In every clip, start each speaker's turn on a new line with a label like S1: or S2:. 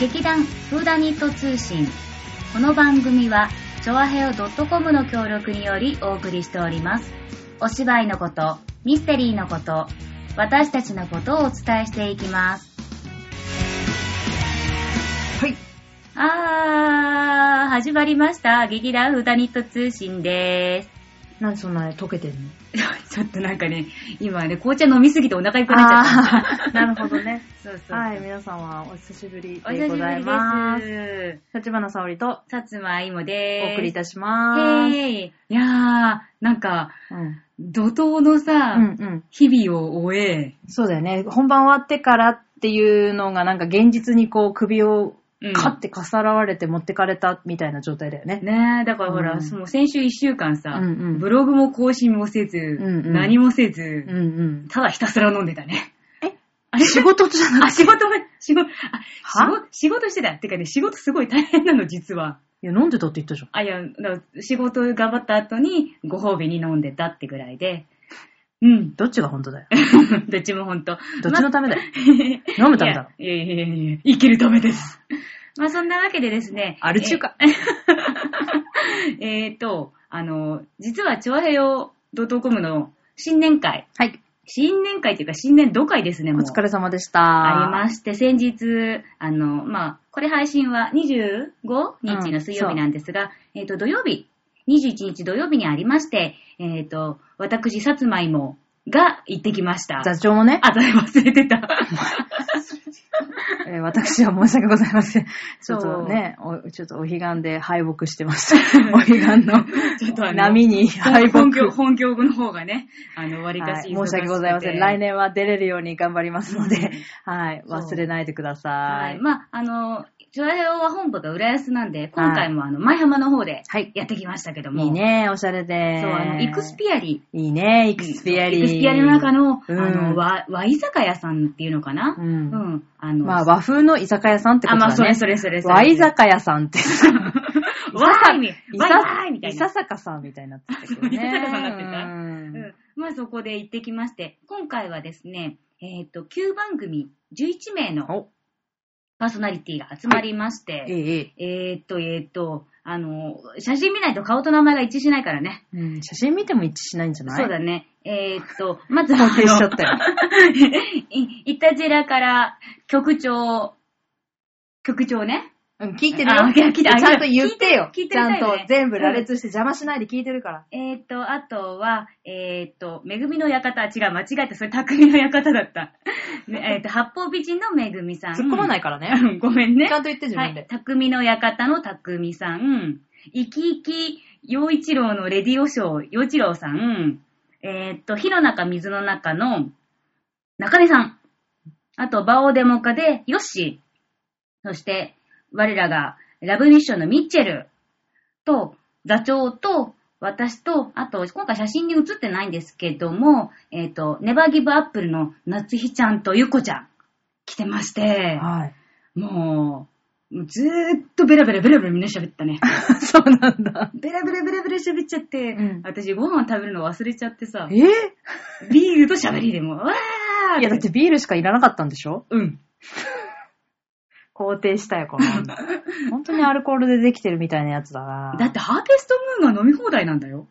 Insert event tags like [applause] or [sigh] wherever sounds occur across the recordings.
S1: 劇団フーダニット通信この番組はチョアヘオ .com の協力によりお送りしておりますお芝居のことミステリーのこと私たちのことをお伝えしていきます
S2: はい。
S1: あー始まりました劇団フーダニット通信です
S2: なんでそんなに溶けてんの
S1: [laughs] ちょっとなんかね、今ね、紅茶飲みすぎてお腹いっぱいになっちゃった。
S2: あーなるほどね。
S1: そうそう。
S2: [laughs] はい、皆さんはお久しぶり
S1: お
S2: で
S1: 久
S2: ご
S1: しぶ
S2: ざい
S1: り
S2: ま。
S1: です
S2: 立花沙織と
S1: す。さつまいもでーす。
S2: お送りいたし
S1: へ
S2: ます。
S1: ーいやー、なんか、
S2: うん
S1: 怒涛のさ、
S2: うんうん。
S1: 日々を終え、
S2: そうだよね。本番終わってからっていうのがなんか現実にこう首を
S1: うん
S2: カッてかさらわれて持ってかれたみたいな状態だよね。
S1: ねえ、だからほら、
S2: うん
S1: もう先週一週間さ、
S2: うんうん
S1: ブログも更新もせず、
S2: んうん
S1: 何もせず、
S2: うんうん。
S1: ただひたすら飲んでたね。
S2: え
S1: あれ
S2: 仕事じゃな
S1: あ、
S2: くて。
S1: 仕事も、仕事、あ、仕
S2: は
S1: 事仕事してた。てかね、仕事すごい大変なの、実は。
S2: いや、飲んでたって言ったじゃん。
S1: あ、いや、だから仕事頑張った後にご褒美に飲んでたってぐらいで。うん。 [laughs]
S2: どっちが本当だ [laughs] よ。
S1: どっちもほんと。
S2: どっちのため [laughs] だよ。
S1: ま
S2: 飲むためだろ。
S1: いやいやいやいや、生きるためです。まあそんなわけでですね。
S2: アル中華。
S1: え [laughs] ー。えーと、あの、実は、チョアヘヨ .com の新年会。
S2: はい。
S1: 新年会というか、新年度会ですね、
S2: お
S1: もう。
S2: 疲れ様でした。
S1: あり
S2: あ
S1: まして、先日、あの、まあ、これ配信は25日の水曜日なんですが、えっ、と、土曜日、21日土曜日にありまして、えっ、と、私、さつまいもが行ってきました。
S2: 座長もね、
S1: あ、それ忘れて
S2: [laughs]
S1: た。
S2: えー私は申し訳ございません。ち
S1: そ
S2: ょ
S1: う
S2: っとね、おちょっとお彼岸で敗北してま
S1: [laughs]
S2: した。お彼岸の
S1: ちょっとあの
S2: 波に敗北。
S1: 本業、本業の方がね、あの、割か
S2: は
S1: し、
S2: い、申し訳ございません。来。年は出れるように頑張りますので、はい、
S1: そう
S2: 忘れないでくださ
S1: はいい。。まあ、あの、チョアヘオは本部が浦安なんで、今回もあの、舞浜の方で
S2: はい
S1: やってきましたけども、
S2: いいね、おしゃれで。
S1: そう、あの、イクスピアリ
S2: いいね、イクスピアリ。
S1: エクスピアリの中の、
S2: うん
S1: あの、和、和居酒屋さんっていうのかな
S2: う
S1: うんあの、
S2: まあ、和風の居酒屋さんってこ
S1: あ、
S2: とだ
S1: ま
S2: ね。
S1: あ、それそれそれそれ。
S2: 和居酒屋さんって。
S1: 屋。和居み
S2: い
S1: 和
S2: さ
S1: 居みた
S2: い
S1: いな
S2: さ。さかさんみたいになってたけどね。
S1: いささかさんになってた
S2: うん
S1: うんまあ、そこで行ってきまして、今回はですね、えっと、9番組11名の
S2: お、
S1: パーソナリティが集まりまし
S2: え
S1: て、
S2: え、ええ。
S1: えっと、えっと、あの、写真見ないと顔と名前が一致しないからね。
S2: うん写真見ても一致しないんじゃない
S1: そうだね。えっと、まずは、
S2: 肯定しちゃったよ。
S1: いいたじらから局長、局長ね。
S2: うん、聞いてる
S1: あ
S2: よ。
S1: 聞いてる
S2: ちゃんと言ってよ。
S1: 聞いて
S2: ち
S1: る
S2: ゃ
S1: 聞いてる
S2: んと
S1: ね
S2: 全部羅列して邪魔しないで聞いてるから。
S1: えーっと、あとは、えーっと、めぐみの館、違う、間違えた、それ、匠の館だった。 [laughs] ねえーっと、八方美人のめぐみさん。。
S2: 突っ込まないいからね。
S1: ごめんね。
S2: ちゃんと言って自
S1: は
S2: 分
S1: い
S2: で。。
S1: 匠の館の匠さん。いきいき、洋一郎のレディオショー、洋一郎さん。えーっと、火の中、水の中の中根さん。あと、バオデモカで、ヨッシー。そして、我らが、ラブミッションのミッチェル。と、座長と、私と、あと、今回写真に写ってないんですけども、えーっ、と、ネバーギブアップルの夏日ちゃんとゆっこちゃん、来てまして。
S2: はい。 [laughs]
S1: もう、もうずーっとベラベラベラベラみんな喋った
S2: [laughs]
S1: ね。
S2: そうなんだ。
S1: ベラベラベラベラ喋っちゃって、
S2: うん
S1: 私ご飯食べるの忘れちゃってさ、
S2: え
S1: ビールと喋りでもう、わー
S2: いや、だってビールしかいらなかったんでしょ
S1: うん。
S2: 肯定したよ、この [laughs] 女。本当にアルコールでできてるみたいなやつだな。
S1: だってハーペストムーンが飲み放題なんだよ。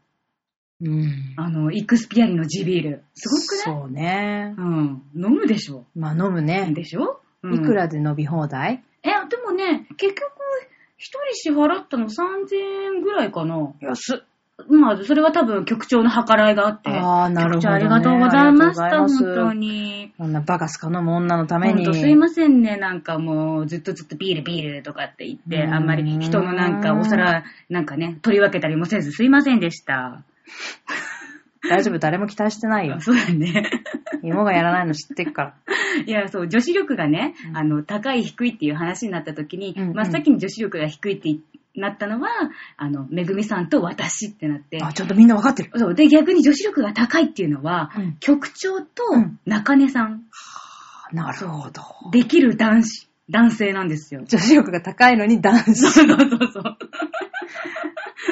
S2: うん。
S1: あの、イクスピアリの地ビール。すごくない
S2: そうね
S1: う。ん。飲むでしょ。
S2: まあ飲むね。
S1: でしょ、うん
S2: いくらで飲み放題
S1: え、でもね、結局、一人支払ったの3000円ぐらいかな。
S2: 安っ。
S1: まあ、それは多分局長の計らいがあって。
S2: ああ、なるほど、
S1: 局
S2: ね。
S1: 長ありがとうございまし
S2: あり
S1: た、
S2: がとうご
S1: 本
S2: ざいます
S1: 当に。
S2: こんなバカスカ飲む女のため
S1: ほん
S2: に。
S1: とすいませんね、なんかもう、ずっとずっとビールビールとかって言って、
S2: うーん
S1: あんまり人のなんかお皿、なんかね、取り分けたりもせずすいませんでした。
S2: 大丈夫、誰も期待してないよ
S1: あ。そうだね。 [laughs]
S2: 芋がやらないの知ってっから。
S1: いや、そう、女子力がね
S2: う、ん
S1: あの、高い低いっていう話になった時に、
S2: うんうん
S1: 真っ先に女子力が低いってなったのは、あの、めぐみさんと私ってなって。
S2: あ、ちょっとみんなわ
S1: [laughs]
S2: かってる。
S1: そう。で、逆に女子力が高いっていうのは、
S2: うん
S1: 局長と中根さん、
S2: なるほど。。
S1: できる男子、男性なんですよ [laughs]
S2: 女子力が高いのに男子。
S1: そうそうそう。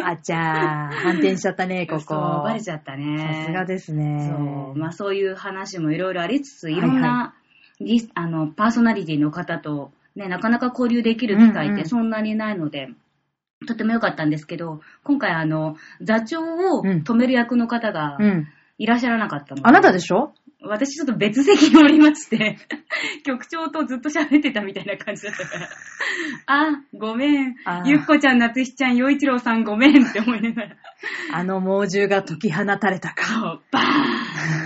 S2: あちゃー、反転しちゃったね、ここ。
S1: そう、バレちゃったね。
S2: さすがです
S1: そう、
S2: ね。
S1: まあそういう話もいろいろありつつ、
S2: はいい
S1: ろんな、リスあの、パーソナリティの方とね、なかなか交流できる機会っ
S2: うんう
S1: て
S2: ん
S1: そんなにないので、とても良かったんですけど、今回あの、座長を止める役の方が
S2: うん。
S1: いらっしゃらなかったので、
S2: あなたでしょ
S1: 私ちょっと別席におりまして、 [laughs] 局長とずっと喋ってたみたいな感
S2: [laughs]
S1: じだったから、あ、ごめん
S2: あ、ー
S1: ゆっこちゃん、夏日ちゃん、陽一郎さんごめんって思いながら、
S2: あの猛獣が解き放たれたか。
S1: そう、バー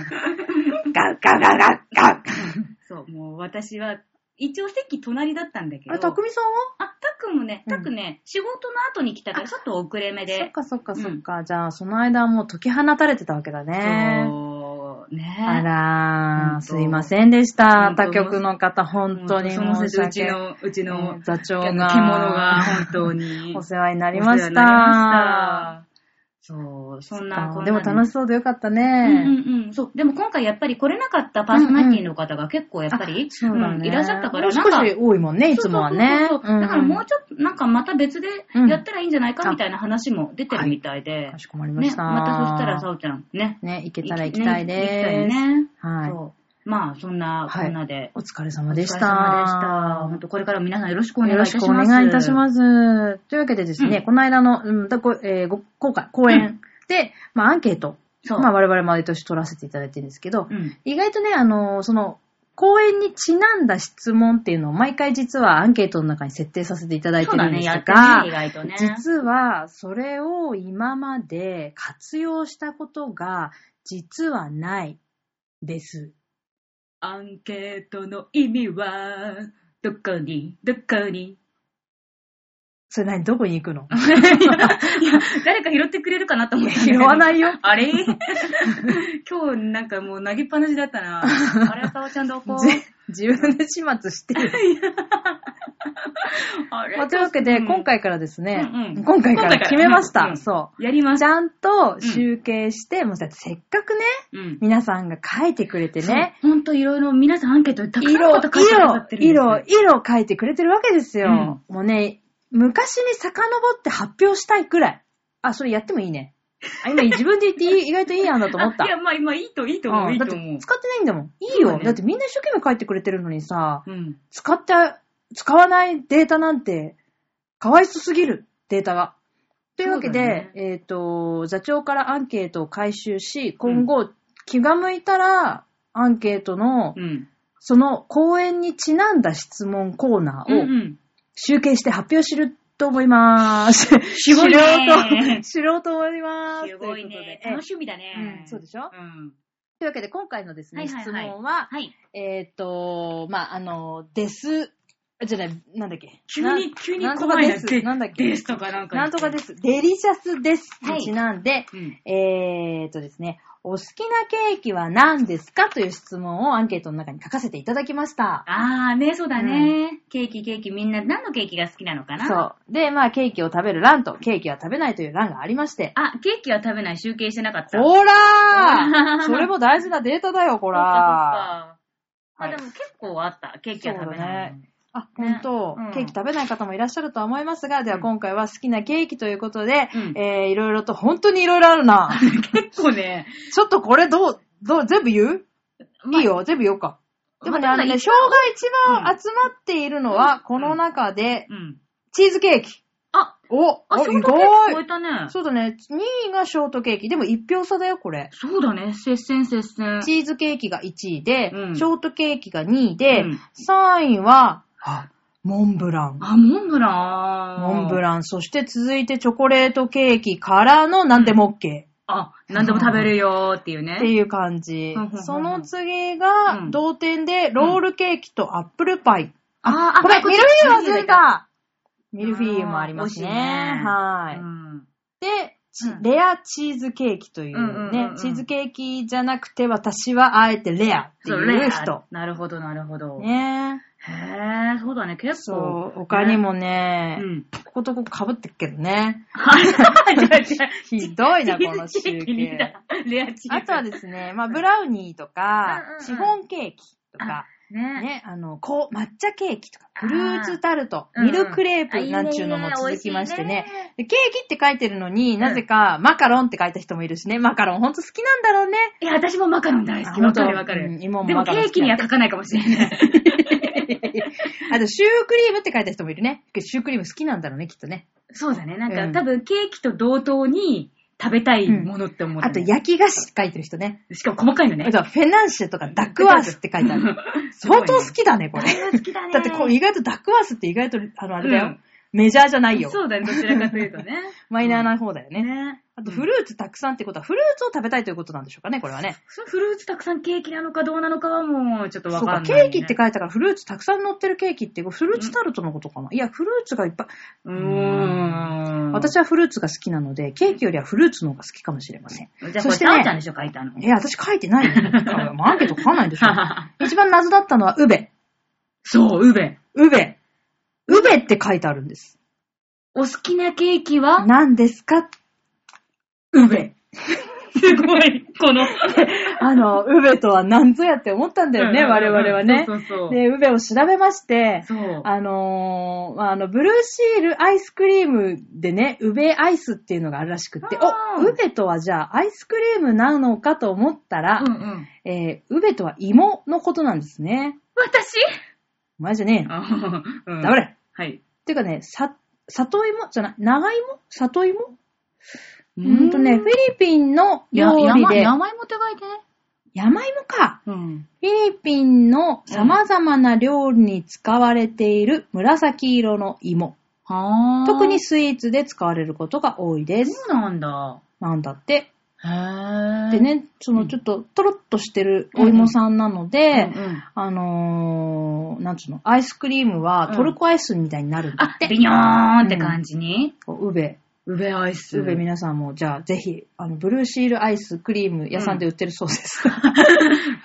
S2: ガッガッガッガッガッ。
S1: ンそう、もう私は、一応席隣だったんだけど、
S2: あれ、たくみさんは
S1: あ、たくんもね、
S2: うん
S1: たくね、仕事の後に来たから、ちょっと遅れ目
S2: そっ
S1: で。
S2: かそっかそっか。じゃあ、その間はもう解き放たれてたわけだね。
S1: そう、ね
S2: あ
S1: ほ
S2: ら
S1: ん
S2: ー、
S1: と
S2: すいませんでした。
S1: ほん
S2: 他
S1: と
S2: 局の方、本当に
S1: その
S2: 申し
S1: 説、うち
S2: 訳ない。
S1: の、うちの
S2: ね、座長
S1: 獣
S2: が、
S1: が、本当に。
S2: [laughs] お世話にな
S1: あ
S2: りました。
S1: そう、そんなこんな
S2: でも楽しそうでよかったね。
S1: うんうんうん。そう。でも今回やっぱり来れなかったパーソナリティの方が結構やっぱり、
S2: そうだね
S1: んいらっしゃったから、
S2: もう少
S1: なん
S2: し
S1: か、
S2: 多いもんね、いつもはね。
S1: そうそうそうそうだからも
S2: ん
S1: うちょっと、なんかまた別でやったらいいんじゃないかみたいな話も出てるみたいで。
S2: かしこまりま
S1: ね、
S2: した。
S1: またそしたら、さおちゃん、ね。
S2: ね、行けたら行きたいです。
S1: ね行きたいね。
S2: はい。
S1: そう。まあ、そんなこんなで。
S2: お疲れ様でした。
S1: お疲れ様でした。本当これからも皆さんよろしくお願い
S2: よ
S1: い
S2: ろ
S1: たし
S2: し
S1: ま
S2: く
S1: す。
S2: お願いいたします。というわけでですね、
S1: うん
S2: この間の、うん、だこえーご今回、講演、
S1: うん
S2: で、まあ、アンケート、
S1: す。そう。
S2: まあ、我々毎年取らせていただいてるんですけど、
S1: うん。
S2: 意外とね、あの、その、講演にちなんだ質問っていうのを毎回実はアンケートの中に設定させていただい
S1: そ
S2: て
S1: う
S2: る
S1: だ
S2: んで
S1: ね、
S2: す
S1: やって
S2: が、
S1: ね、意外とね。
S2: 実はそれを今まで活用したことが実はないです。
S1: アンケートの意味は、どこに、どこに。 [laughs]
S2: それ何どこに行くの
S1: いや、誰か拾ってくれるかなと思った
S2: 拾わ
S1: い。
S2: ないよ。
S1: あれ今日なんかもう投げっぱなしだったな。あれ、さおちゃんど [laughs] こ
S2: [laughs] ぜ自分で始末してる。
S1: あれ
S2: まあというわけで、
S1: うん
S2: 今回からですね、
S1: うんうん
S2: 今回から決めまし
S1: 今
S2: た。
S1: 回か
S2: そ
S1: やりま
S2: う。
S1: し
S2: ち
S1: た。
S2: ゃんと集計して、もうだってせっかくね、
S1: うん。
S2: 皆さんが書いてくれてね、
S1: そう。ほんといろいろ皆さんアンケートでたくさんの
S2: 色、
S1: こと書いてくださ
S2: 色
S1: っ、てるんですよ
S2: 色、色書いてくれてるわけですよ。もうね、昔に遡って発表したいくらい。あ、それやってもいいね。あ、今自分で言って
S1: [laughs]
S2: いい意外といい案だと思った。
S1: あいや、まあ、まあ、いいと、いいと思
S2: う
S1: う、
S2: ん
S1: いい
S2: だっ
S1: と思う
S2: て。使ってないんだもん。いい
S1: そうだ
S2: よ。
S1: ね
S2: だってみんな一生懸命書いてくれてるのにさ、
S1: うん。
S2: 使って、使わないデータなんて、かわいそうすぎる、データが。というわけで、
S1: そうだね
S2: えっ、と、座長からアンケートを回収し、今後、気が向いたら、アンケートの
S1: うん。
S2: その講演にちなんだ質問コーナ
S1: うんう
S2: ーを
S1: ん。
S2: 集計して発表すると思いまーす。
S1: すごい
S2: [laughs]
S1: ね
S2: 知ろうと、知ろうと思いまーす。
S1: すごいね。
S2: ということで
S1: 楽しみだね
S2: う。んそうでしょ
S1: うん。
S2: というわけで、今回のですね、
S1: はいはいはい
S2: 質問は、
S1: はい。
S2: えっ、と、まあ、あの、です、じゃない、なんだっけ。
S1: 急
S2: な
S1: に、急に
S2: なんと
S1: 怖
S2: か
S1: い
S2: で
S1: な。
S2: す。
S1: で
S2: なんだっけ。
S1: ですとかなんか。。
S2: なんとかですす。デリシャスです。
S1: はい
S2: にちなんで、
S1: うん。
S2: えー、とですね、お好きなケーキは何ですかという質問をアンケートの中に書かせていただきました。
S1: あーね、そうだね。ケーキ、ケーキ、みんな何のケーキが好きなのかなう。
S2: そう。で、まあ、ケーキを食べる欄と、ケーキは食べないという欄がありまして。
S1: あ、ケーキは食べない、集計してなかった。
S2: ほら
S1: ほら
S2: ーそれも大事なデータだよ、ほ
S1: ほ
S2: らー。
S1: あ、
S2: はい
S1: でも結構あった。ケーキは食べない。
S2: あ、本当、
S1: ねうん
S2: ケーキ食べない方もいらっしゃるとは思いますが、で
S1: う
S2: は
S1: ん
S2: 今回は好きなケーキということで、
S1: うん
S2: えー、いろいろと本当にいろいろあ
S1: [laughs]
S2: るな。
S1: 結構ね。
S2: ちょっとこれどう、どう、全部言う、 [laughs] いいよ、全部言おうか。でもね、
S1: まあ
S2: あのね、
S1: 一
S2: 票が一番集まっているのは、この中で、
S1: うん。
S2: チーズケーキ。
S1: あ、
S2: お、
S1: あ、
S2: お
S1: ショ
S2: 意
S1: ートケーキ超
S2: 外
S1: えたね。
S2: そうだね、2位がショートケーキ。でも1票差だよ、これ。
S1: そうだね。接戦、接戦。
S2: チーズケーキが1位で、
S1: うん
S2: ショートケーキが2位で、
S1: うん
S2: 3位は、モンブラン。
S1: あ、モンブラン。
S2: モンブラン。そして続いてチョコレートケーキからの何でも OK っ
S1: あ、何でも食べるよーっていう
S2: て
S1: ね。
S2: いう感じ
S1: うんうんうんう。ん
S2: その次
S1: う
S2: が
S1: ん
S2: 同点でロールケーキとアップルパイ。
S1: あ
S2: これ、ミルフィーユ忘れ。
S1: あ
S2: たミルフィーユもありますね。
S1: あー美味しいね
S2: はい。
S1: うん
S2: で、チ
S1: うん
S2: レアチーズケーキというね、
S1: うんうんうんうん
S2: チーズケーキじゃなくて私はあえてレアって
S1: そう、
S2: い
S1: レ
S2: う
S1: ア
S2: 人。。
S1: なるほど、なるほど。
S2: ね
S1: へえ、そうだね、結構。
S2: そう、他にも
S1: う
S2: ね、
S1: ん。 [laughs]
S2: こことここ被ってるけどね。
S1: はい。じゃあ、じゃあ、
S2: ひどいな、この
S1: チ
S2: 集
S1: ーズケーキ見
S2: 計。
S1: たレアチーズ。
S2: あとはですね、まあ、ブラウニーとか
S1: うんうんう、ん
S2: シフォンケーキとか、
S1: ね。
S2: ね、あの、こう、抹茶ケーキとか、
S1: あー
S2: フルーツタルト、
S1: うんうん
S2: ミルクレー
S1: あ
S2: プ
S1: いいね
S2: なんちゅうのも続きましてね。でケーキって書いてるのに、
S1: ん
S2: なぜかマカロンって書いた人もいるしね。マカロンほんと好きなんだろ [laughs] うね。
S1: いや、私もマカロン大好き。わかるわか
S2: う
S1: る
S2: ん。今も
S1: でも
S2: マ
S1: ケ
S2: カロン
S1: ー
S2: 好き [laughs]
S1: キに
S2: な
S1: は
S2: んだ
S1: 書かないかもしれない。
S2: あと、シュークリームって書いた人もいるね。シュークリーム好きなんだろうね、きっとね。
S1: そうだね。なんか、
S2: うん
S1: 多分ケーキと同等に食べたいものって思った、
S2: あと、焼き菓子って書いてる人ね。
S1: しかも細かいのね
S2: あ。と、フェナンシェとかダックワースって書いてあ [laughs] る。相当好きだね、これ。
S1: 好きだね。
S2: だってこう、意外とダックワースって意外と、あの、あれだよ。
S1: うん
S2: メジャーじゃないよ。
S1: そうだね、どちらかというとね。
S2: マイナーな方だよね。
S1: ね。
S2: あと、フルーツたくさんってことは、フルーツを食べたいということなんでしょうかね、これはね。
S1: そのフルーツたくさんケーキなのかどうなのかはもうちょっとわ
S2: そう
S1: か
S2: か、
S1: んない、ね。
S2: ケーキって書いたから、フルーツたくさん乗ってるケーキって、フルーツタルトのことかな。いや、フルーツがいっぱい。
S1: うーん。
S2: 私はフルーツが好きなので、ケーキよりはフルーツの方が好きかもしれません。
S1: じゃあこ
S2: そ
S1: れ、
S2: して
S1: さ
S2: ね
S1: おちゃんでしょ、書いたの。
S2: いや、私書いてない
S1: [laughs]
S2: よ。アンケート書かないでしょ。一番謎だったのは、ウベ。
S1: そう、ウベ。
S2: ウベ。ウベって書いてあるんです。
S1: お好きなケーキは
S2: 何ですか
S1: ウベ。すごい、この。
S2: あの、ウベとは何ぞやって思ったんだよね、我々はね
S1: そ。うそうそう。
S2: で、ウベを調べまして、
S1: そう。
S2: あのーまあ、あの、ブルーシールアイスクリームでね、ウベアイスっていうのがあるらしくって、
S1: あ
S2: お、
S1: ー
S2: ウベとはじゃあアイスクリームなのかと思ったら
S1: う、んうん。
S2: えー、ウベとは芋のことなんですね。
S1: 私
S2: お前じゃねえよ。
S1: あうん
S2: 黙れっ
S1: はい。
S2: ていうかね、さ、里芋じゃない、長芋里芋
S1: う
S2: うーんとね、フィリピンの料理で、
S1: 山芋って書いてね。
S2: 山芋か。
S1: うん。
S2: フィリピンの様々な料理に使われている紫色の芋。
S1: はあ。
S2: 特にスイーツで使われることが多いです。
S1: そうなんだ。
S2: なんだって。
S1: へえ。
S2: でね、そうの
S1: ん
S2: ちょっとトロッとしてるお芋さんなので、
S1: うんうん
S2: あのー、なんつうの、アイスクリームはトルコアイスみたいになるんだ
S1: あ
S2: っ、て。
S1: ビニョーンって感じに。
S2: こうウベ、
S1: ウベアイス。
S2: ウベ皆さんも、じゃあぜひ、あの、ブルーシールアイスクリーム屋さんで売ってるそうです。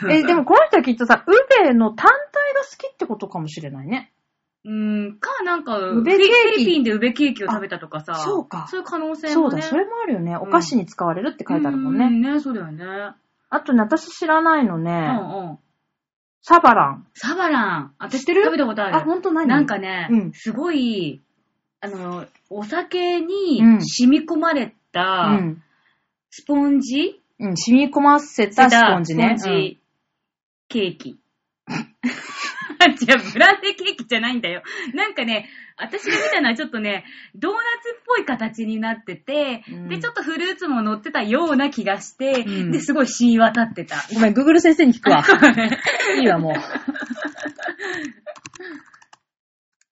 S2: [laughs] え、でもこの人はきっとさ、ウベの単体が好きってことかもしれないね。
S1: うん、か、なんか、
S2: ウベケーキ
S1: フィリピンでウベケーキを食べたとかさ。
S2: そうか
S1: そういう可能性
S2: そ
S1: もね。
S2: うだ、それもあるよね。
S1: ん
S2: お菓子に使われるって書いてあるもんね。
S1: うんね、そうだよね。
S2: あとね、私知らないのね、
S1: うんうん。
S2: サバラン。
S1: サバラン。私
S2: 知ってる
S1: 食べたことある。
S2: あ、ほんと何
S1: なんかね、
S2: うん
S1: すごい、あの、お酒に
S2: うん
S1: 染み込まれ
S2: う
S1: た
S2: ん。
S1: スポンジ、
S2: うん、染み込ませたスポンジね。
S1: スポンジケーキ。 [laughs] じゃあ、ブランデーケーキじゃないんだよ。なんかね、私が見たのはちょっとね、ドーナツっぽい形になってて、
S2: うん
S1: で、ちょっとフルーツも乗ってたような気がして、
S2: うん
S1: で、すごい染み渡ってた。
S2: うんごめん、グーグル先生に聞く
S1: [laughs]
S2: わ。いいわ、もう。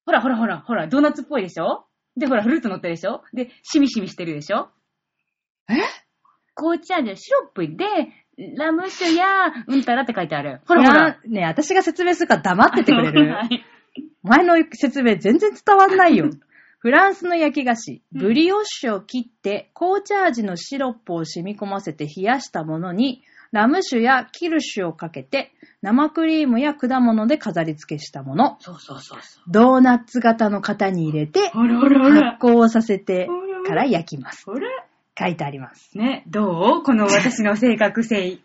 S1: ほらほらほら、ほら、ドーナツっぽいでしょで、ほら、フルーツ乗ってるでしょで、シミシミしてるでしょ
S2: え
S1: 紅茶でシロップで、ラム酒や、うんたらって書いてある。ほ
S2: ほ
S1: ら
S2: ら
S1: ほら。
S2: ね私が説明するから黙っててくれ
S1: [laughs] は
S2: る
S1: い
S2: お前の説明全然伝わんない
S1: [laughs]
S2: よ。フランスの焼き菓子、ブリオッシュを切って、紅茶味のシロップを染み込ませて冷やしたものに、ラム酒やキルシュをかけて、生クリームや果物で飾り付けしたもの。
S1: そうそうそうそう。
S2: ドーナツ型の型に入れて、
S1: ほらほらほ
S2: 発
S1: ら。
S2: 酵させて
S1: ほらほら
S2: から焼きます。
S1: ほら。
S2: 書いてあります。
S1: ね、どうこの私の性格性。
S2: 伝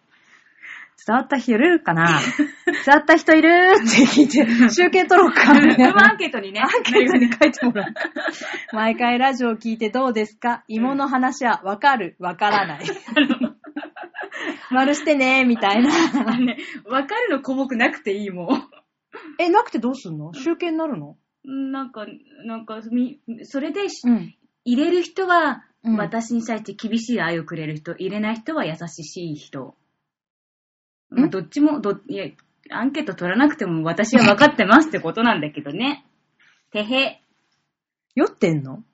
S2: わった人いるか
S1: [laughs]
S2: な伝わった人いるって聞いて、集計取ろう
S1: [laughs]
S2: か。
S1: ルームアンケートにね、アン
S2: ケートに書いてもらう。毎回ラジオ聞いてどうですか芋の話はわかる、わから [laughs] ない。丸してねみたいな。
S1: ね、わかるの項目なくていいも
S2: え、なくてどうすんの集計になるの
S1: ん。なんか、なんか、みそれでし、
S2: うん。
S1: 入れる人は、
S2: うん
S1: 私に対して厳しい愛をくれる人、入れない人は優しい人。
S2: ん
S1: まあ、どっちも、ど、いや、アンケート取らなくても私は分かってますってことなんだけどね。てへ。 [laughs]
S2: 酔ってんの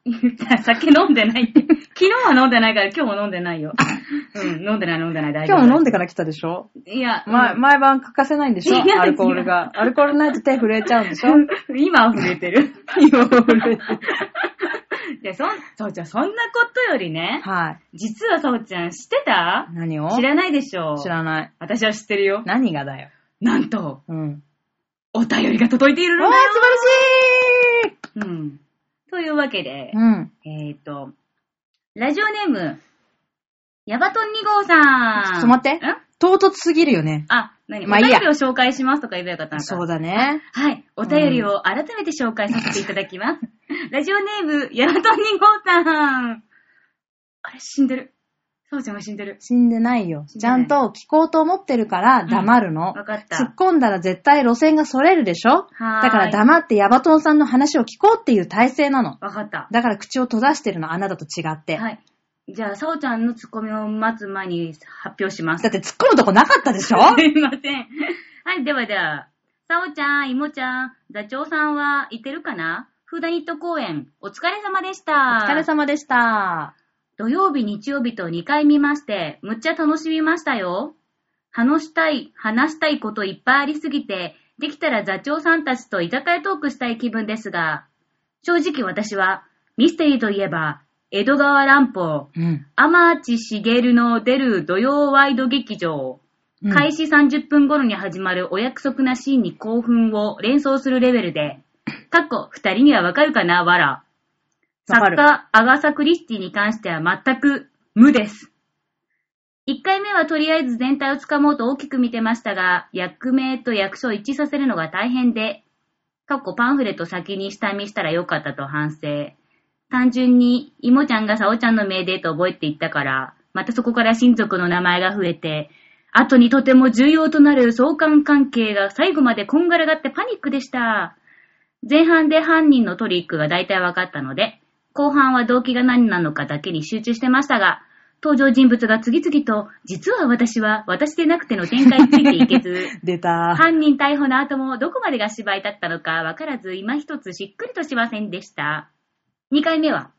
S1: 酒飲んでないっ
S2: [laughs]
S1: て。昨日は飲んでないから今日も飲んでないよ。うん、飲んでない飲んでない大丈夫。
S2: 今日も飲ん
S1: で
S2: でから来たでしょ、
S1: いや、
S2: ま、毎晩欠かせないんでしょ
S1: 違う違う
S2: アルコールが。アルコールないと手震えちゃうんでしょ
S1: うん今は震えてる。
S2: [laughs] 今
S1: [laughs]
S2: 震えてる。
S1: いや、そん、そうじゃ、そんなことよりね、
S2: はい。
S1: 実はさおちゃん知ってた
S2: 何を
S1: 知らないでしょ
S2: 知らない。
S1: 私は知ってるよ。
S2: 何がだよ。
S1: なんと、
S2: うん。
S1: お便りが届いているの
S2: わあ、
S1: だよ
S2: 素晴らしい
S1: うん。というわけで、
S2: うん。
S1: えっ、ー、と、ラジオネーム、ヤバトン2号さん。
S2: ちょっと待って
S1: ん
S2: 唐突すぎるよね。
S1: あ、何、
S2: まあいいや
S1: お便りを紹介しますとか言えばよかったのか。
S2: そうだね。
S1: はい。お便りを改めて紹介させていただき [laughs] ます。ラジオネーム、ヤマトニゴーさん。あれ、死んでる。そうちゃんが死んでる。
S2: 死んでないよ。
S1: 死ん
S2: ち
S1: でな
S2: ゃ
S1: い
S2: んと聞こうと思ってるから黙るの。
S1: わかった。
S2: 突っ込んだら絶対路線が逸れるでしょ
S1: はーい
S2: だから黙ってヤバトンさんの話を聞こうっていう体制なの。
S1: わかった。
S2: だから口を閉ざしてるの、あなたと違って。
S1: はい。じゃあ、さおちゃんのツッコミを待つ前に発表します。
S2: だって突っ込むとこなかった
S1: [laughs]
S2: でしょ
S1: すいません。はい、ではでは、さおちゃん、いもちゃん、座長さんはいてるかなフーダニット公演、お疲れ様でした。お
S2: お疲れ様でした。
S1: 土曜日、日曜日と2回見まして、むっちゃ楽しみましたよ。話したい、話したいこといっぱいありすぎて、できたら座長さんたちと居酒屋トークしたい気分ですが、正直私は、ミステリーといえば、江戸川乱歩、
S2: うん。
S1: 天地茂の出る土曜ワイド劇場、
S2: うん
S1: 開始30分頃に始まるお約束なシーンに興奮を連想するレベル
S2: [laughs]
S1: で、かっこ二人にはわかるかなわら。
S2: わか
S1: 作
S2: る
S1: 家、アガサ・クリスティに関しては全く無です。一回目はとりあえず全体をつかもうと大きく見てましたが、役名と役所を一致させるのが大変で、かっこパンフレット先に下見したらよかったと反省。単純に、いもちゃんがさおちゃんの命でと覚えていったから、またそこから親族の名前が増えて、後にとても重要となる相関関係が最後までこんがらがってパニックでした。前半で犯人のトリックが大体分かったので、後半は動機が何なのかだけに集中してましたが、登場人物が次々と、実は私は私でなくての展開についていけず、
S2: 出た。
S1: 犯人逮捕の後もどこまでが芝居だったのかわからず、今一つしっくりとしませんでした。2回目は、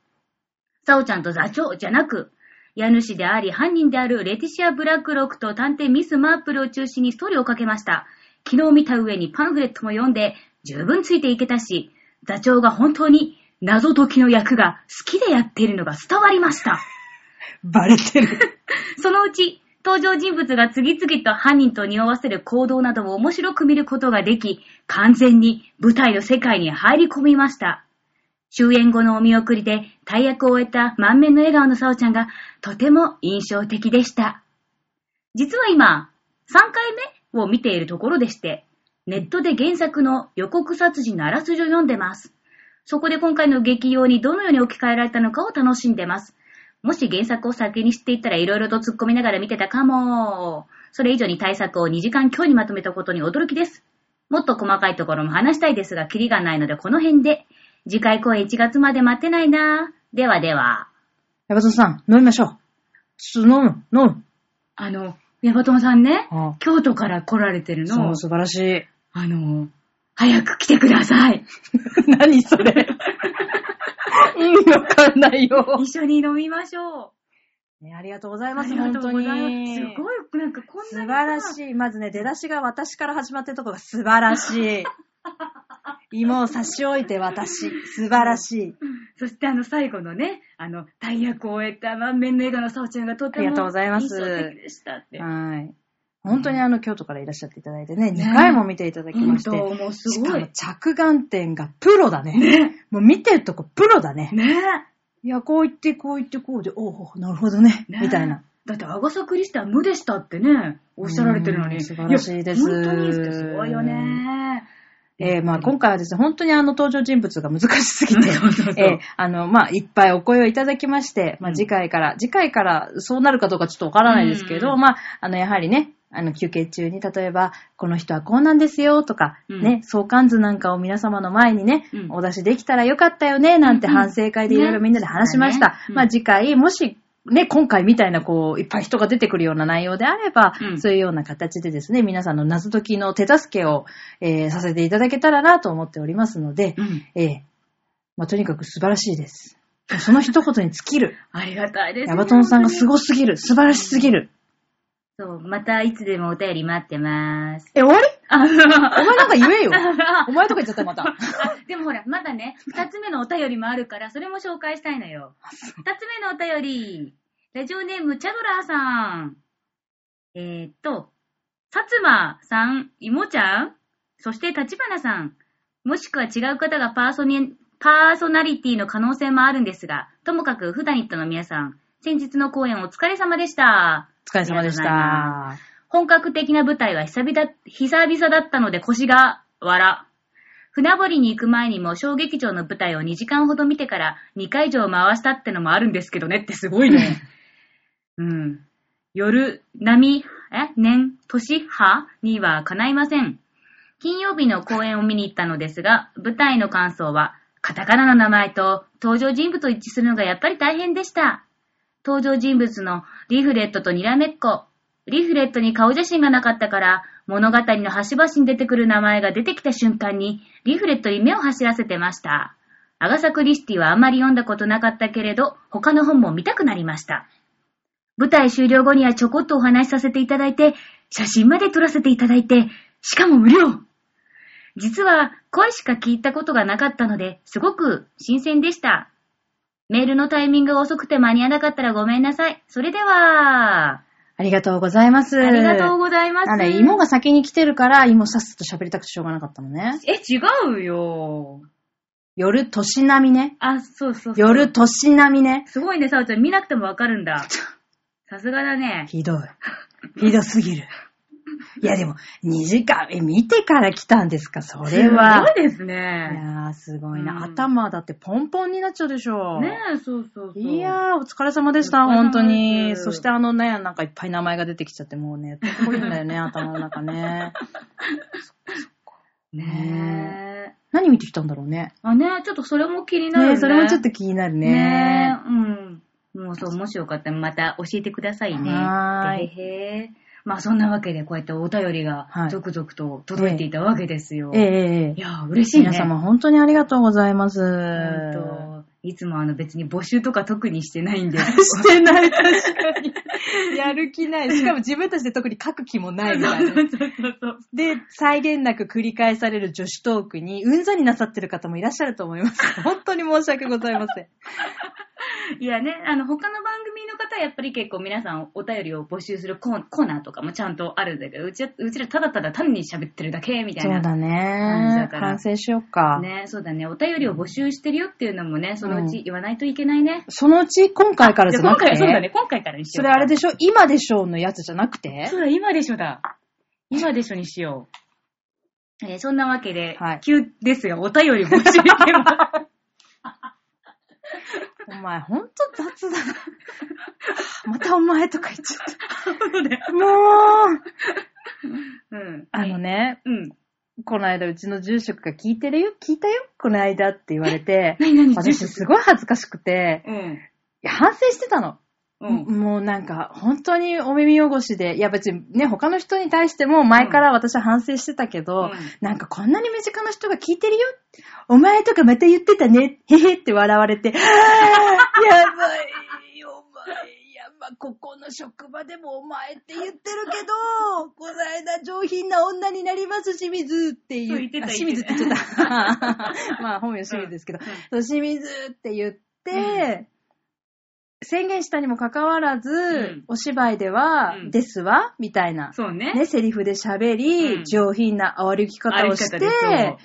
S1: サオちゃんと座長じゃなく、家主であり犯人であるレティシア・ブラックロックと探偵ミス・マープルを中心にストーリーをかけました。昨日見た上にパンフレットも読んで十分ついていけたし、座長が本当に謎解きの役が好きでやっているのが伝わりました。
S2: バレてる。
S1: そのうち、登場人物が次々と犯人と匂わせる行動なども面白く見ることができ、完全に舞台の世界に入り込みました。終演後のお見送りで大役を終えた満面の笑顔のさおちゃんがとても印象的でした。実は今、3回目を見ているところでして、ネットで原作の予告殺人のあらすじを読んでます。そこで今回の劇用にどのように置き換えられたのかを楽しんでます。もし原作を先に知っていったら色々と突っ込みながら見てたかも。それ以上に対策を2時間強にまとめたことに驚きです。もっと細かいところも話したいですが、キリがないのでこの辺で。次回公演1月まで待ってないなではでは。
S2: ヤバトンさん、飲みましょう。ちょっと飲む、飲む。
S1: あの、ヤバトンさんね、
S2: あ
S1: 京都から来られてる
S2: そ
S1: の
S2: う、、素晴らしい。 [laughs]
S1: あの、早く来てください。
S2: 何それ。意味わかんないよ。
S1: [laughs] 一緒に飲みましょ。
S2: ね、ありがとうございうます、本当に。
S1: すごい、なんかこんなに
S2: 素晴らしい。まずね、出だしが私から始まってるとこが素晴ら [laughs] しい。芋を差し置いて私。素晴らしい。
S1: そしてあの最後のね、あの、大役を終えた満面の笑顔のさおちゃんがとても
S2: ありがとうございます
S1: 印象的でしたって。
S2: はい。本当にあの、京都からいらっしゃっていただいてね、2回も見ていただきま
S1: 本
S2: して。
S1: 当、もうす
S2: し
S1: ご
S2: か
S1: い
S2: も。着眼点がプロだね。もう見てるとこプロだね。
S1: ね
S2: いや、こう言って、こう言って、こうで、おお、なるほどね。
S1: ね
S2: みたいな。
S1: だって、アガサ・クリスティは無でしたってね、おっしゃられてるの
S2: う
S1: に。
S2: ん素晴らしいです
S1: や本当にすごいよね。
S2: えーまあ今回はですね、本当にあの登場人物が難しすぎて、
S1: [laughs] そうそうそう
S2: えーあの、まあいっぱいお声をいただきまして、ま
S1: う
S2: あ
S1: ん
S2: 次回から、次回からそうなるかどうかちょっとわからないですけど、
S1: うん
S2: まあ、あの、やはりね、あの、休憩中に、例えば、この人はこうなんですよ、とか、
S1: うん
S2: ね、相関図なんかを皆様の前にね、
S1: うん
S2: お出しできたらよかったよね、なんて
S1: うんうん
S2: 反省会でいろいろみんなで話しました。
S1: ねうん
S2: まあ次回、もし、ね、今回みたいな、こう、いっぱい人が出てくるような内容であれば、
S1: うん
S2: そういうような形でですね、皆さんの謎解きの手助けを、えーさせていただけたらなと思っておりますので、
S1: うん。
S2: えーまあ、とにかく素晴らしいです。その一言に尽きる。
S1: ありがたいです、
S2: ヤバトンさんがす
S1: い。
S2: ごすぎる。素晴らしすぎる。
S1: そう、またいつでもお便り待ってます。
S2: え、終わり
S1: あ
S2: お前なんか言
S1: [laughs]
S2: えよ。
S1: あ
S2: お前とか言っちゃったよまた。
S1: [laughs] でもほら、まだね、二つ目のお便りもあるから、それも紹介したいのよ。二つ目のお便り、ラジオネーム、チャドラーさん。えー、っと、薩摩さん、いもちゃん、そして立花さん、もしくは違う方がパーソニパーソナリティの可能性もあるんですが、ともかく、フダニットの皆さん、先日の公演お疲れ様でした。
S2: お疲れ様でし
S1: ありがとうござい
S2: た。
S1: 本格的な舞台は久々だ久々だったので腰が笑。船堀に行く前にも小劇場の舞台を2時間ほど見てから2回以上回したってのもあるんですけどねってすごいね。うん。夜、波、え、年、年、波には叶いません。金曜日の公演を見に行ったのですが、舞台の感想は、カタカナの名前と登場人物を一致するのがやっぱり大変でした。登場人物のリーフレットとにらめっこ。リーフレットに顔写真がなかったから、物語の端々に出てくる名前が出てきた瞬間に、リーフレットに目を走らせてました。アガサ・クリスティはあまり読んだことなかったけれど、他の本も見たくなりました。舞台終了後にはちょこっとお話しさせていただいて、写真まで撮らせていただいて、しかも無料実は声しか聞いたことがなかったので、すごく新鮮でした。メールのタイミングが遅くて間に合わなかったらごめんなさい。それでは、
S2: ありがとうございます。
S1: ありがとう
S2: ご
S1: ございます。
S2: あれ、芋が先に来てるから、芋さっさと喋りたくてしょうがなかったのね。
S1: え、違うよ。
S2: 夜、年並みね。
S1: あ、そうそうそう。
S2: 夜、年並みね。
S1: すごいね、さおちゃん。見なくてもわかるん
S2: [laughs]
S1: だ。さすがだね。
S2: ひどい。ひどすぎる。いや、でも、2時間、え、見てから来たんですか、それは。
S1: すごいです
S2: い
S1: ね。
S2: やー、すごいな、
S1: うん
S2: 頭だってポンポンになっちゃうでしょ。
S1: ねえ、そうそうそう。
S2: いやー、お疲れ様でした、
S1: お疲れ様
S2: 本当に。
S1: です
S2: そしてあのね、なんかいっぱい名前が出てきちゃって、もうね、とこいん
S1: [laughs]
S2: だよね、頭の中ね。
S1: ねえ。
S2: 何見てきたんだろうね。
S1: あ、ねえ、ちょっとそれも気になる
S2: ね
S1: ね。
S2: それもちょっと気になるね。
S1: ねえ、うん。もうそう、もしよかったらまた教えてくださいね。
S2: はー
S1: へ
S2: い
S1: へへまあそんなわけで、こうやってお便りが
S2: はい
S1: 続々と届いていたわけですよ。
S2: えええええ
S1: い
S2: え
S1: やー、嬉しいね。
S2: 皆様本当にありがとうございます。
S1: 本当いつもあの別に募集とか特にしてないん
S2: [laughs]
S1: で。
S2: してない、確かに。やる気ない。しかも自分たちで特に書く気もないみたい [laughs] な。で、再現なく繰り返される女子トークに、うんざりなさってる方もいらっしゃると思い [laughs] ます。本当に申し訳ございません。
S1: [laughs] いやね、あの、他の番組の方はやっぱり結構皆さんお便りを募集するコーコーナーとかもちゃんとあるんだけど、うちは、うちらただただ単に喋ってるだけみたい
S2: そう
S1: な。
S2: だ
S1: 感じだ
S2: ね。
S1: から
S2: 完成しようか。
S1: ね、そうだね。お便りを募集してるよっていうのもね、そのうち言わないといけないね。
S2: そのうち今回から
S1: じ
S2: じ
S1: ゃ
S2: ゃ
S1: あ今
S2: なく
S1: 回、
S2: て。
S1: そうだね。今回からにしよ
S2: そうれ
S1: か。
S2: あれでしょ今でしょうのやつじゃなくて
S1: そうだ、今でしょ
S2: [laughs]
S1: だ。今でしょにしよう。えーそんなわけで、
S2: はい
S1: 急ですが、お便り募集
S2: [laughs]
S1: してます。
S2: お前ほんと雑だ [laughs] な。またお前とか言っちゃっ
S1: そうだよ
S2: た。もう
S1: うん。
S2: あのね、
S1: うん。
S2: この間うちの住職が聞いてるよ聞いたよこの間って言われて、
S1: 何何
S2: 私すごい恥ずかしくて、
S1: うん。
S2: いや反省してたの。
S1: うん。
S2: もうなんか、本当にお耳汚しで、いや別にね、他の人に対しても前から私は反省してたけど、
S1: うん
S2: なんかこんなに身近な人が聞いてるよお前とかまた言ってたねへへって笑われて、あーやばい、お前、やばい、ここの職場でもお前って言ってるけど、この間上品な女になります、清水って言
S1: そう言ってた
S2: あ清
S1: 言っ
S2: 水ってて
S1: た
S2: 言っちゃった。 [laughs] まあ本名清水ですけど、そう清水って言って、宣言したにもかかわらず、
S1: ん
S2: お芝居では、
S1: うん
S2: ですわみたいな、
S1: そうね。
S2: ね、セリフで喋り、
S1: うん
S2: 上品な歩き方をし
S1: 歩き方
S2: て
S1: ですそう、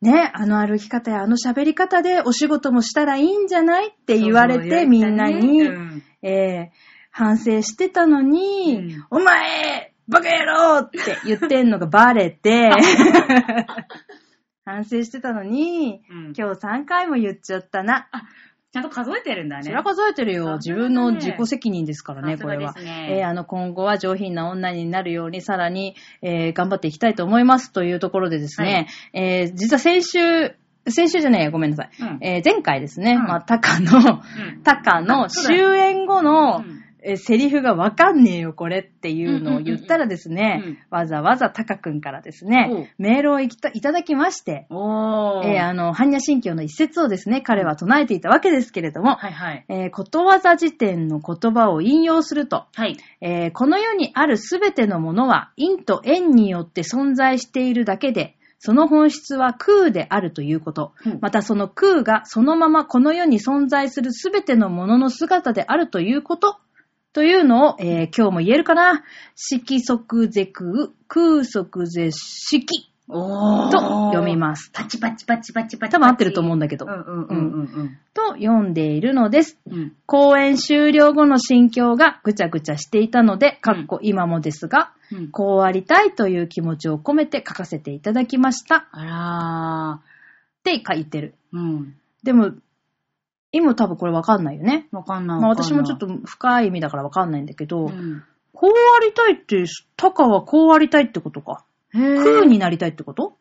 S2: ね、あの歩き方やあの喋り方でお仕事もしたらいいんじゃないって言われて、
S1: そうそう
S2: みんなに、
S1: うん
S2: えー反省してたのに、お前バカ野郎って言ってんのがバレ
S1: [laughs]
S2: て、反省してたのに、
S1: うん
S2: 今日3回も言っちゃったな。
S1: ちゃんと数えてるんだね。
S2: それは数えてるよ。
S1: さす
S2: 自
S1: がだね
S2: 分の自己責任ですからね、
S1: さす
S2: こ
S1: が
S2: れ
S1: で
S2: は。
S1: すね
S2: えーあの、今後は上品な女になるように、さらに、えー頑張っていきたいと思いますというところでですね、えー実は先週、先週じゃねえやごめんなさい。
S1: うん
S2: えー前回ですね、
S1: うん
S2: まあ、タカの、
S1: うん
S2: タカの
S1: あそうだ
S2: 終
S1: よ
S2: 演後
S1: う
S2: の、
S1: ん
S2: えーセリフがわかんねえよ、これっていうのを言ったらですね、
S1: うんうんうん
S2: わざわざタカくんからですね、
S1: おう
S2: メールをいきたいただきまして、
S1: おー。
S2: えーあの、般若心経の一節をですね、彼は唱えていたわけですけれども、
S1: はいはい。
S2: えーことわざ辞典の言葉を引用すると、
S1: はい。
S2: えーこの世にあるすべてのものは、因と縁によって存在しているだけで、その本質は空であるということ
S1: うん。
S2: またその空がそのままこの世に存在するすべてのものの姿であるということ。というのを、えー今日も言えるかな。色即是空、空即是色
S1: お
S2: と
S1: ー。
S2: 読みます。
S1: パチパチパチパチパチパチ。
S2: 多分合ってると思うんだけ
S1: け
S2: ど。
S1: うんうんうん
S2: と読んでいるのです。
S1: うん。うん。
S2: 公演終了後の心境がぐちゃぐちゃしていたので、かっこ今もですが、
S1: うん
S2: こうありたいという気持ちを込めて書かせていただきましたっ
S1: あら
S2: て書いてる。
S1: ー。うん。
S2: でも、今多分これわかんないよね。
S1: わかんない。
S2: まあ私もちょっ
S1: と、
S2: と深い意味だからわかんないんだけど、
S1: うん、
S2: こうありたいって、タカはこうありたいってことか。空
S1: へえ。
S2: になりたいってこと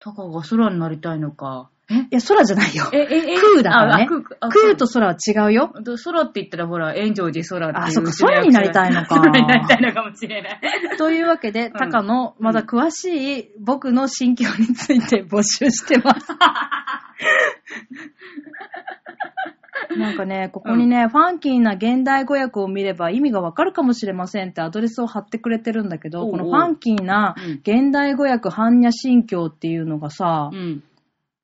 S1: タカが空になりたいのか。え
S2: いや、空じゃないよ。
S1: え、え、え
S2: 空だからね
S1: ああ空あ
S2: 空と空は違うよ。
S1: ど空って言ったらほら、炎上寺空っていう。
S2: あそっか
S1: うちの
S2: 空になりたいの
S1: [laughs]
S2: か
S1: 空になりたいのかもしれない。 [laughs]
S2: というわけで、タカの、まだ詳しい僕の心境について募集して
S1: [laughs]
S2: ます。なんかね、ここにね、ファンキーな現代語訳を見れば意味がわかるかもしれませんってアドレスを貼ってくれてるんだけ
S1: お
S2: ど、
S1: うおう
S2: このファンキーな
S1: うん
S2: 現代語訳般若心経っていうのがさ、
S1: うん。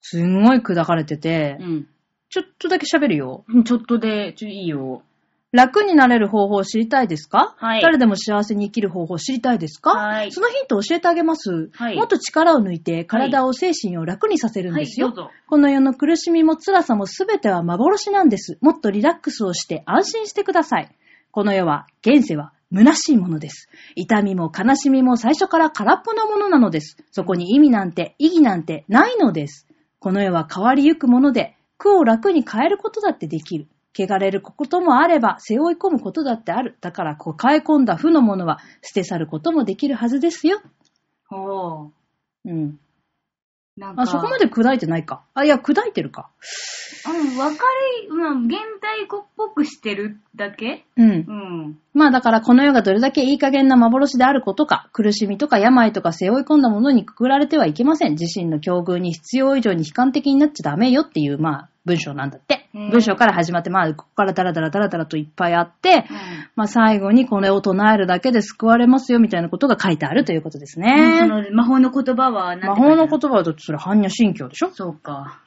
S2: すんごい砕かれてて、
S1: う
S2: ちょっとだけ喋るよ。
S1: ん。ちょっとで、ちょ、いいよ。
S2: 楽になれる方法を知りたいですか、
S1: はい
S2: 誰でも幸せに生きる方法を知りたいですか、
S1: はい
S2: そのヒントを教えてあげます、
S1: はい
S2: もっと力を抜いて体を精神を楽にさせるん
S1: は
S2: で
S1: い、
S2: す
S1: どう
S2: よ。
S1: ぞ。
S2: この世の苦しみも辛さも全ては幻なんです。もっとリラックスをして安心してください。この世は、現世は、虚しいものです。痛みも悲しみも最初から空っぽなものなのです。そこに意味なんて、意義なんてないのです。この世は変わりゆくもので、苦を楽に変えることだってできる。汚れることもあれば、背負い込むことだってある。だから、こう抱え込んだ負のものは、捨て去ることもできるはずですよ。
S1: ほう。
S2: うん。
S1: なんか、
S2: あ、そこまで砕いてないか。あ、いや、砕いてるか。
S1: うん、わかり、うん、現代語っぽくしてるだけ
S2: うん
S1: う。ん。
S2: まあだからこの世がどれだけいい加減な幻であることか、苦しみとか病とか背負い込んだものにくくられてはいけません。自身の境遇に必要以上に悲観的になっちゃダメよっていう、まあ文章なんだって。
S1: へー
S2: 文章から始まって、まあここからダラダラダラダラといっぱいあって、
S1: うん
S2: まあ最後にこれを唱えるだけで救われますよみたいなことが書いてあるということです
S1: そ
S2: ね。
S1: の魔法の言葉は
S2: 魔法の言
S1: と
S2: 葉だとそれ般若心経でしょ
S1: そうか。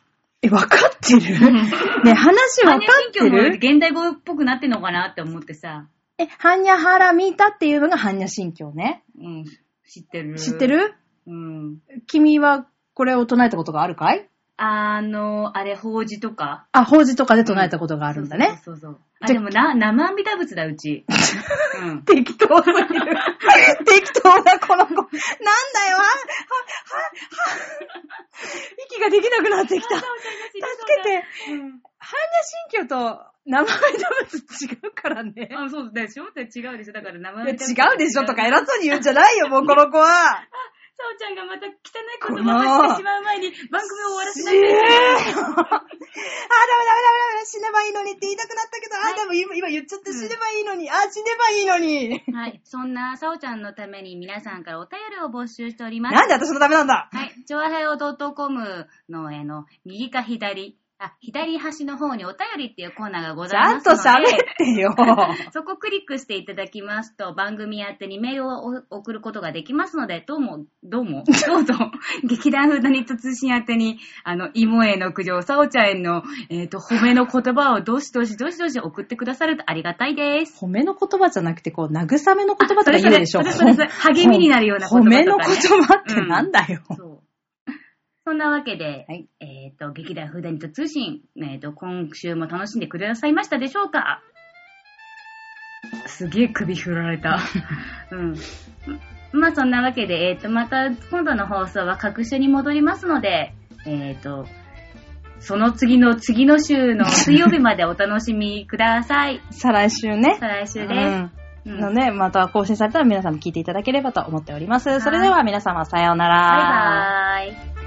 S2: え、わかって
S1: [laughs]
S2: るねえ話
S1: 般
S2: わか
S1: 若
S2: って
S1: 心経も
S2: る
S1: 現代語っぽくなってんのかなって思ってさ。
S2: え、般若ハラミタっていうのが般若心経ね。
S1: うん。知ってる。
S2: 知ってる
S1: うん。
S2: 君はこれを唱えたことがあるかい
S1: あの、あれ、法事とか。
S2: あ、法事とかで唱えたことがあるんだね。
S1: そうそうそう。あ、
S2: じゃ
S1: でもな、生阿弥陀仏だ、う
S2: [laughs]
S1: ち。うん。
S2: 適当すぎる。 [laughs] 適当なこの子。なんだよ、は、は、は、は、息ができなくなってきた。般若
S1: けて、うん
S2: 心経と生前動物違うからね。
S1: あ、そうでしょで違うでしょだから名
S2: い
S1: 前
S2: や
S1: 違
S2: 違うでしょとか偉そうに言うんじゃないよ、もうこの子は。
S1: さおちゃんがまた汚い言葉をしてしまう前に番組を終わらせなきゃいけ
S2: あ、ダメダメダメダメ
S1: ない。
S2: 死ねばいいのにって言いたくなったけど、あ、でも今今言っちゃって死ねばいいのに、あ、死ねばいいのに。
S1: はい。そんなさおちゃんのために皆さんからお便りを募集しております。
S2: なんで私のダメなんだ
S1: はい。ちょわはよ .com の、えの、右か左、あ、左端の方にお便りっていうコーナーがご
S2: ち
S1: ざい
S2: ゃ
S1: ま
S2: ん
S1: す
S2: と
S1: ので。
S2: 喋ってよ。
S1: [laughs] そこをクリックしていただきますと、番組宛てにメールをお送ることができますので、どうも、どうも、どうぞ、 [laughs] 劇団フードニット通信宛てに、あの、イモへの苦情、サオちゃんへの、えっ、と、褒めの言葉をどしどしどしどし送ってくださるとありがたいです。
S2: [laughs] 褒めの言葉じゃなくて、こう、慰めの言葉とか言うでしょ。
S1: あそれそれそれそれ励みになるような言葉とかね
S2: 褒めの言葉ってなんだよ。 [laughs]
S1: そう。そんなわけで、
S2: はい。
S1: えっ、と、劇団フードニット通信、えっ、と、今週も楽しんでくださいましたでしょうかすげえ首振られた。 [laughs] うん。まあそんなわけで、えっ、と、また今度の放送は各週に戻りますので、えっ、と、その次の次の週の水曜日までお楽しみください
S2: 再来週ね。
S1: 再来週です。
S2: う
S1: うんん
S2: のね、また更新されたら皆さんも聞いていただければと思っております。
S1: い
S2: それでは皆様さようなら。
S1: バイバーイ。